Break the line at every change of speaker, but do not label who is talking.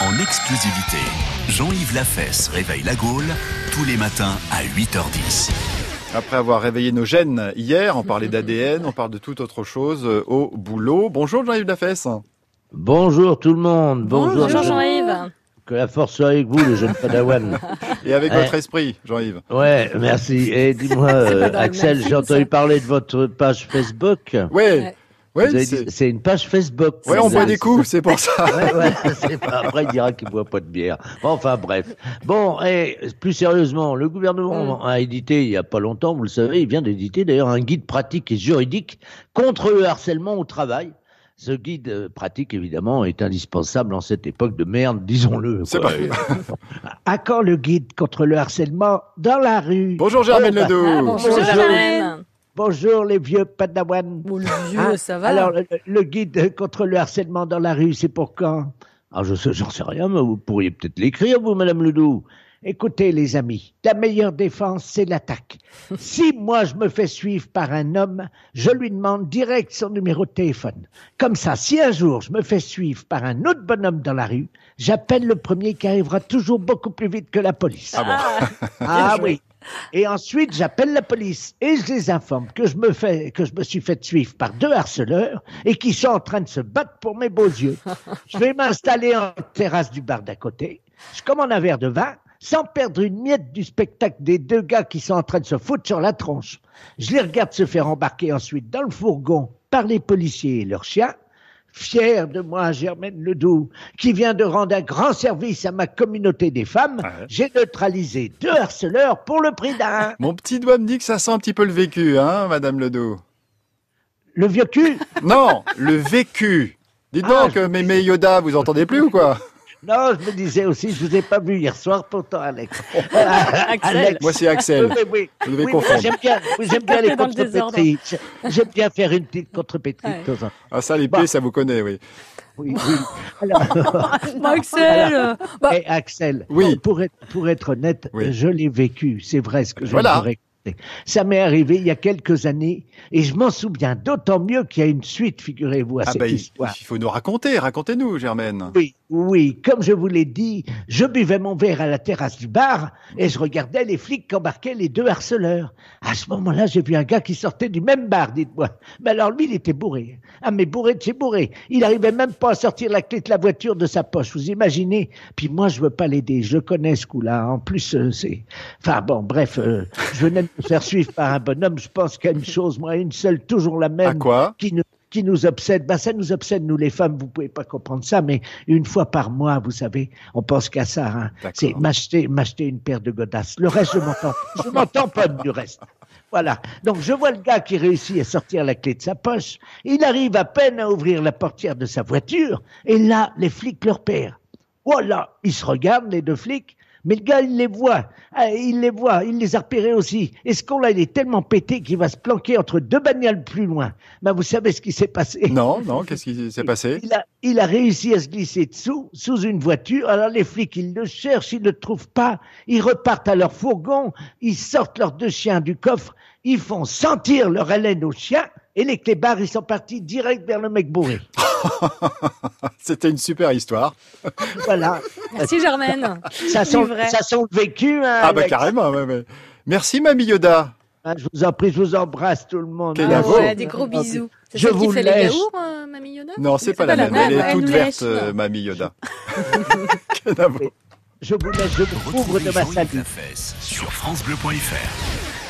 en exclusivité. Jean-Yves Lafesse réveille la Gaule tous les matins à 8h10.
Après avoir réveillé nos gènes hier, on parlait d'ADN, on parle de toute autre chose euh, au boulot. Bonjour Jean-Yves Lafesse.
Bonjour tout le monde.
Oh,
Bonjour.
Bonjour Jean-Yves.
Que la force soit avec vous, les jeunes Padawan.
Et avec
Ouais.
votre esprit, Jean-Yves.
Ouais, merci. Et dis-moi, euh,
pas drôle,
Axel,
merci,
j'ai entendu
ça.
parler de votre page Facebook.
Ouais, ouais,
Vous avez
c'est-
dit- c'est une page Facebook.
ouais, on
Ça,
boit des coups, c'est pour ça.
Ouais, ouais, c'est pas- après, il dira qu'il boit pas de bière. Enfin, bref. Bon, et plus sérieusement, le gouvernement a édité il y a pas longtemps, vous le savez, il vient d'éditer d'ailleurs un guide pratique et juridique contre le harcèlement au travail. Ce guide euh, pratique, évidemment, est indispensable en cette époque de merde, disons-le.
C'est
quoi.
pas faux.
À quand le guide contre le harcèlement dans la rue
Bonjour Germaine
Ouais, bah,
Ledoux.
Ah, bonjour
Bonjour.
Germaine.
Bonjour les vieux padawans.
Bon, le vieux,
Hein
ça va.
Alors, le, le guide contre le harcèlement dans la rue, c'est pour quand
Ah, je sais, j'en sais rien, mais vous pourriez peut-être l'écrire, vous, Madame Ledoux.
Écoutez, les amis, la meilleure défense, c'est l'attaque. Si moi, je me fais suivre par un homme, je lui demande direct son numéro de téléphone. Comme ça, si un jour, je me fais suivre par un autre bonhomme dans la rue, j'appelle le premier qui arrivera toujours beaucoup plus vite que la police.
Ah bon.
Ah oui. Et ensuite, j'appelle la police et je les informe que je me fais, que je me suis fait suivre par deux harceleurs et qui sont en train de se battre pour mes beaux yeux. Je vais m'installer en terrasse du bar d'à côté. Je commande un verre de vin sans perdre une miette du spectacle des deux gars qui sont en train de se foutre sur la tronche. Je les regarde se faire embarquer ensuite dans le fourgon par les policiers et leurs chiens. Fier de moi, Germaine Ledoux, qui vient de rendre un grand service à ma communauté des femmes, j'ai neutralisé deux harceleurs pour le prix d'un.
Mon petit doigt me dit que ça sent un petit peu le vécu, hein, Madame Ledoux.
Le vieux cul
Non, le vécu. Dites
Ah,
donc,
je
euh, mémé Yoda, vous entendez plus ou quoi
Non, je me disais aussi, je vous ai pas vu hier soir, pourtant, Alex.
Axel.
Moi, c'est Axel.
Oui, oui,
Vous devez
Oui,
confondre.
mais J'aime bien, oui, j'aime bien les
Dans le désordre.
contrepétries. J'aime bien faire une petite contrepétrie.
Ouais.
de temps en temps.
Ah ça, l'épée,
Bah.
ça vous connaît, oui.
Oui, oui. Alors,
Bon, Axel. euh, bah,
eh, Axel,
Oui.
non, pour, être, pour être honnête,
Oui.
je l'ai vécu. C'est vrai ce que je
Voilà.
vous raconter. Ça m'est arrivé il y a quelques années et je m'en souviens d'autant mieux qu'il y a une suite, figurez-vous, à
Ah
cette
bah, il
histoire.
il faut nous raconter, racontez-nous, Germaine.
Oui, oui, comme je vous l'ai dit, je buvais mon verre à la terrasse du bar et je regardais les flics qu'embarquaient les deux harceleurs. À ce moment-là, j'ai vu un gars qui sortait du même bar, dites-moi. Mais alors lui, il était bourré. Ah mais bourré de chez bourré. Il arrivait même pas à sortir la clé de la voiture de sa poche, vous imaginez Puis moi, je veux pas l'aider, je connais ce coup-là. En plus, euh, c'est... Enfin bon, bref, euh, je venais de me faire suivre par un bonhomme, je pense qu'à une chose, moi, une seule, toujours la même
À quoi
qui nous, qui nous obsède. Ben, ça nous obsède, nous les femmes, vous pouvez pas comprendre ça, mais une fois par mois, vous savez, on pense qu'à ça. hein.
D'accord.
C'est m'acheter, m'acheter une paire de godasses. Le reste, je m'entends. je m'entends pas du reste. Voilà. Donc, je vois le gars qui réussit à sortir la clé de sa poche. Il arrive à peine à ouvrir la portière de sa voiture. Et là, les flics leur pèrent. Oh là, ils se regardent, les deux flics. Mais le gars, il les voit. Ah, Il les voit. Il les a repérés aussi. Et ce con-là, il est tellement pété qu'il va se planquer entre deux bagnoles plus loin. Ben, vous savez ce qui s'est passé.
Non, non, qu'est-ce qui s'est passé
Il a, il a réussi à se glisser dessous, sous une voiture. Alors les flics, ils le cherchent, ils ne le trouvent pas. Ils repartent à leur fourgon, ils sortent leurs deux chiens du coffre, ils font sentir leur haleine aux chiens. Et les clébards, ils sont partis direct vers le mec bourré.
C'était une super histoire.
Voilà.
merci Germaine.
Ça sent,
vrai.
ça sent le vécu. Hein,
Ah bah
Alex.
carrément, ouais, ouais. Merci, Mamie Yoda.
Hein, Je vous en prie, je vous embrasse tout le monde.
Quelle
Hein.
Ah
bravo.
ouais, des gros bisous. C'est
Je
celle qui
vous
fait les
lèche.
yaourts, euh, Mamie Yoda
Non, c'est pas, la même. Elle est toute
nous
verte,
lèche,
euh,
non.
Mamie Yoda. Kenavo.
Je vous laisse, je vous couvre
Retrouvez
de ma
Jean-Yves
salle.
Lafesse sur francebleu.fr.